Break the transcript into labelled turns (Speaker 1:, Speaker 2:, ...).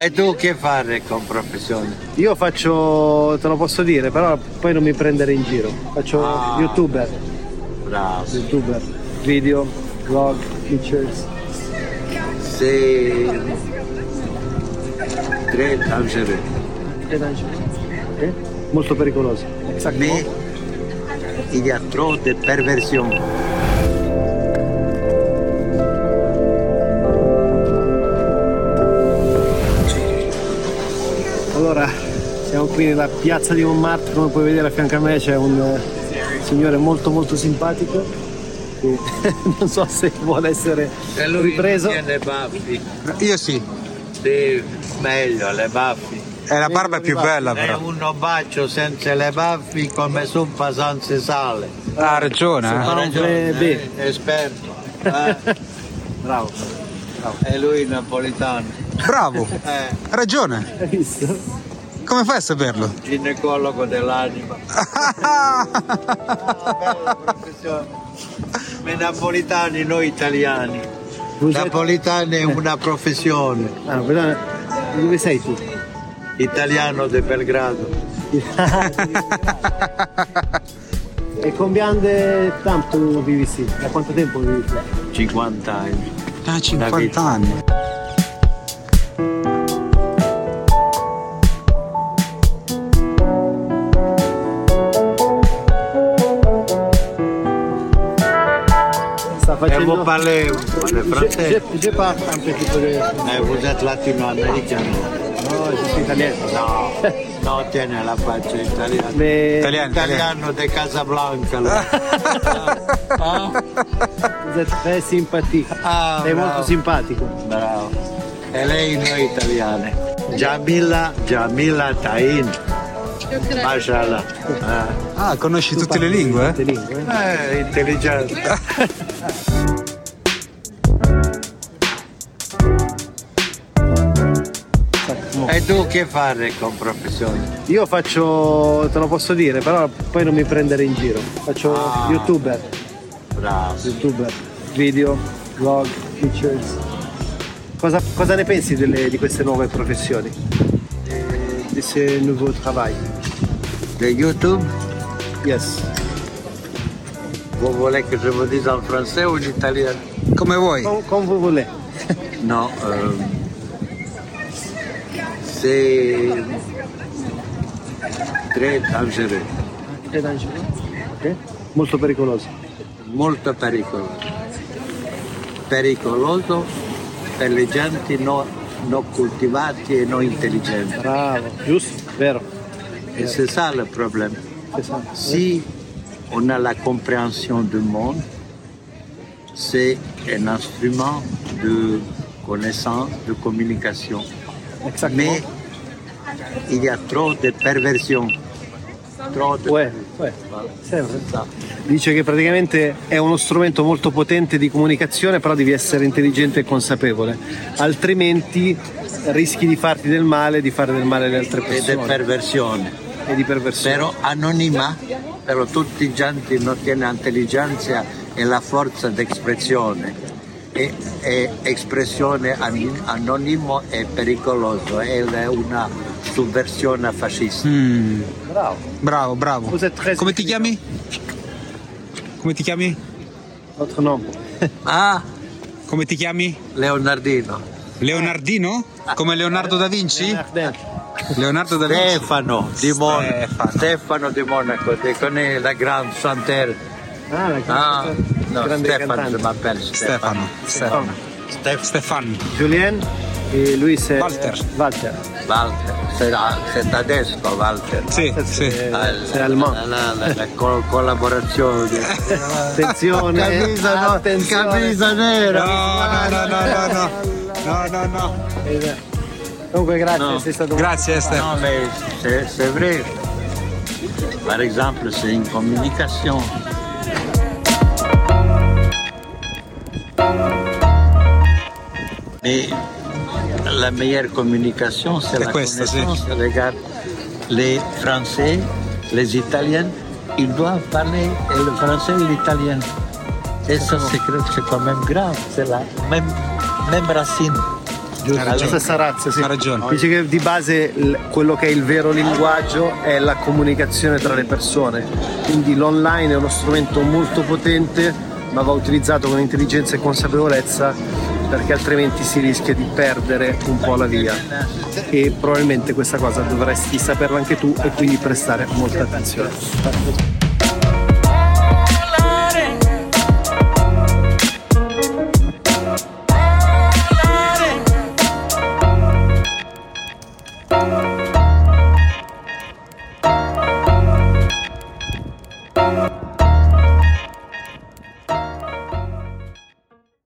Speaker 1: E tu che fare con professione?
Speaker 2: Io faccio, te lo posso dire, però poi non mi prendere in giro. Faccio
Speaker 1: Ah.
Speaker 2: youtuber,
Speaker 1: Bravo.
Speaker 2: youtuber, video, vlog, pictures.
Speaker 1: C'est très dangereux.
Speaker 2: Ed anche- eh? Molto pericoloso.
Speaker 1: Mais il y a trop de perversion.
Speaker 2: Allora, siamo qui nella piazza di Montmartre, come puoi vedere a fianco a me c'è un eh, signore molto molto simpatico che non so se vuole essere ripreso.
Speaker 1: le baffi.
Speaker 3: Io sì,
Speaker 1: Sì, meglio le baffi.
Speaker 3: è la barba più bella
Speaker 1: È
Speaker 3: però.
Speaker 1: un bacio senza le baffi come zuppa senza sale.
Speaker 3: Ha ragione. eh.
Speaker 2: Parla bene.
Speaker 1: eh, esperto. eh.
Speaker 2: Bravo,
Speaker 1: e lui napolitano.
Speaker 3: Bravo,
Speaker 1: Eh,
Speaker 3: ha ragione.
Speaker 2: hai visto?
Speaker 3: Come fai a saperlo?
Speaker 1: ginecologo dell'anima. Ah, bella professione. Ma i napolitani, noi italiani.
Speaker 2: Dove sei-
Speaker 1: Napolitano è una professione.
Speaker 2: Ah, però- dove sei tu?
Speaker 1: Italiano di Belgrado.
Speaker 2: e con Biande tanto vivi sì, da quanto tempo vivi qua?
Speaker 1: 50 anni.
Speaker 3: Ha 50 anni.
Speaker 2: Sta
Speaker 3: Eh,
Speaker 1: E
Speaker 2: facendo...
Speaker 1: voi parlez le
Speaker 2: Je,
Speaker 1: français
Speaker 2: je, je parle un petit peu de...
Speaker 1: Eh, vous êtes latino-américain.
Speaker 2: No, je suis italien.
Speaker 1: No, no, tiene la faccia italiana.
Speaker 2: Mais
Speaker 3: Italiano, italiano.
Speaker 1: Italiano di Casablanca. lui. Ah,
Speaker 2: vous êtes très sympathique.
Speaker 1: Ah,
Speaker 2: eh, Sei
Speaker 1: bravo.
Speaker 2: molto simpatico.
Speaker 1: Bravo. E lei noi italiane. Jamila, Jamila Tain. Mashallah.
Speaker 3: Ah, conosci tutte le lingue? eh?
Speaker 2: Tutte le lingue, eh?
Speaker 1: Eh, intelligente. E tu che fare con professione?
Speaker 2: Io faccio, te lo posso dire, però poi non mi prendere in giro. Faccio
Speaker 1: Ah.
Speaker 2: youtuber,
Speaker 1: Bravo.
Speaker 2: youtuber, video, vlog, features. Cosa, cosa ne pensi delle- di queste nuove professioni? Eh, Di questo nuovo lavoro?
Speaker 1: De YouTube,
Speaker 2: Yes.
Speaker 1: vous voulez que je vous dise en français ou en italien
Speaker 3: eh? Come vuoi.
Speaker 2: Come, come vous voulez.
Speaker 1: No, euh, c'est très dangereux,
Speaker 2: È dangeroso. Ok? Molto pericoloso.
Speaker 1: molto pericoloso. Pericoloso per le genti no- non coltivati e non intelligenti.
Speaker 2: Bravo, giusto? Vero.
Speaker 1: E c'est ça le problème.
Speaker 2: Esatto.
Speaker 1: Si on a la compréhension du monde, c'est un instrument de connaissance, de communication.
Speaker 2: Exactement.
Speaker 1: Mais il y a trop de perversion. Trop de...
Speaker 2: Ouais, ouais.
Speaker 1: Voilà.
Speaker 2: Sempre.
Speaker 1: Ça.
Speaker 2: Dice che praticamente è uno strumento molto potente di comunicazione, però devi essere intelligente e consapevole, altrimenti rischi di farti del male, di fare del male alle altre
Speaker 1: E di
Speaker 2: persone
Speaker 1: perversione.
Speaker 2: e di perversione.
Speaker 1: Però anonima, però tutti i genti non hanno intelligenza e la forza d'espressione. E, e espressione an- anonimo è pericoloso, è la- una subversione fascista.
Speaker 3: Mm,
Speaker 2: Bravo.
Speaker 3: bravo, bravo.
Speaker 2: Cos'è tre-
Speaker 3: Come ti chiami? Come ti chiami?
Speaker 2: Altro nome.
Speaker 1: Ah,
Speaker 3: Come ti chiami?
Speaker 1: Leonardino.
Speaker 3: Leonardino? Come Leonardo da Vinci?
Speaker 2: Leonardo.
Speaker 3: Leonardo da Vinci.
Speaker 1: Stefano di Monaco,
Speaker 3: Stefano.
Speaker 1: Stefano di Monaco, che con la grande Santerre.
Speaker 2: Ah, la
Speaker 1: Ah,
Speaker 2: grande-
Speaker 1: no,
Speaker 2: grande
Speaker 1: Stefano,
Speaker 2: cantante. Oh,
Speaker 1: ma per
Speaker 3: Stefano.
Speaker 1: Stefano.
Speaker 3: Stefano.
Speaker 1: Stefano.
Speaker 3: Stefano.
Speaker 2: Julien e Luis eh,
Speaker 3: Walter.
Speaker 2: Walter.
Speaker 1: Walter, sei, sei tedesco Walter.
Speaker 3: Sì, sì.
Speaker 2: Eh,
Speaker 1: Ah,
Speaker 2: sei almano.
Speaker 1: La, la- la- la col- collaborazione.
Speaker 2: Attenzione.
Speaker 1: Camisa, no,
Speaker 2: attenzione.
Speaker 1: camisa nera.
Speaker 3: No, no, no, no, no, no. No, no, no.
Speaker 2: Esatto. Comunque grazie,
Speaker 1: No.
Speaker 2: sei stato
Speaker 3: Grazie Stefano.
Speaker 1: Non, mais c'est c'est vrai. Par exemple, c'est une communication. Mais la meilleure communication, c'est
Speaker 3: C'est
Speaker 1: la
Speaker 3: quoi, ça, c'est-
Speaker 1: connaissance. Regarde, les Français, les Italiens, ils doivent parler et le français et l'italien. Et ça, c'est c'est quand même grave. C'est la même, même racine.
Speaker 2: giusto?
Speaker 3: Ha
Speaker 2: La
Speaker 3: ragione.
Speaker 2: stessa razza, sì.
Speaker 3: Ha ragione.
Speaker 2: Dice che di base l- quello che è il vero linguaggio è la comunicazione tra le persone. Quindi l'online è uno strumento molto potente, ma va utilizzato con intelligenza e consapevolezza perché altrimenti si rischia di perdere un po' la via. E probabilmente questa cosa dovresti saperla anche tu e quindi prestare molta attenzione.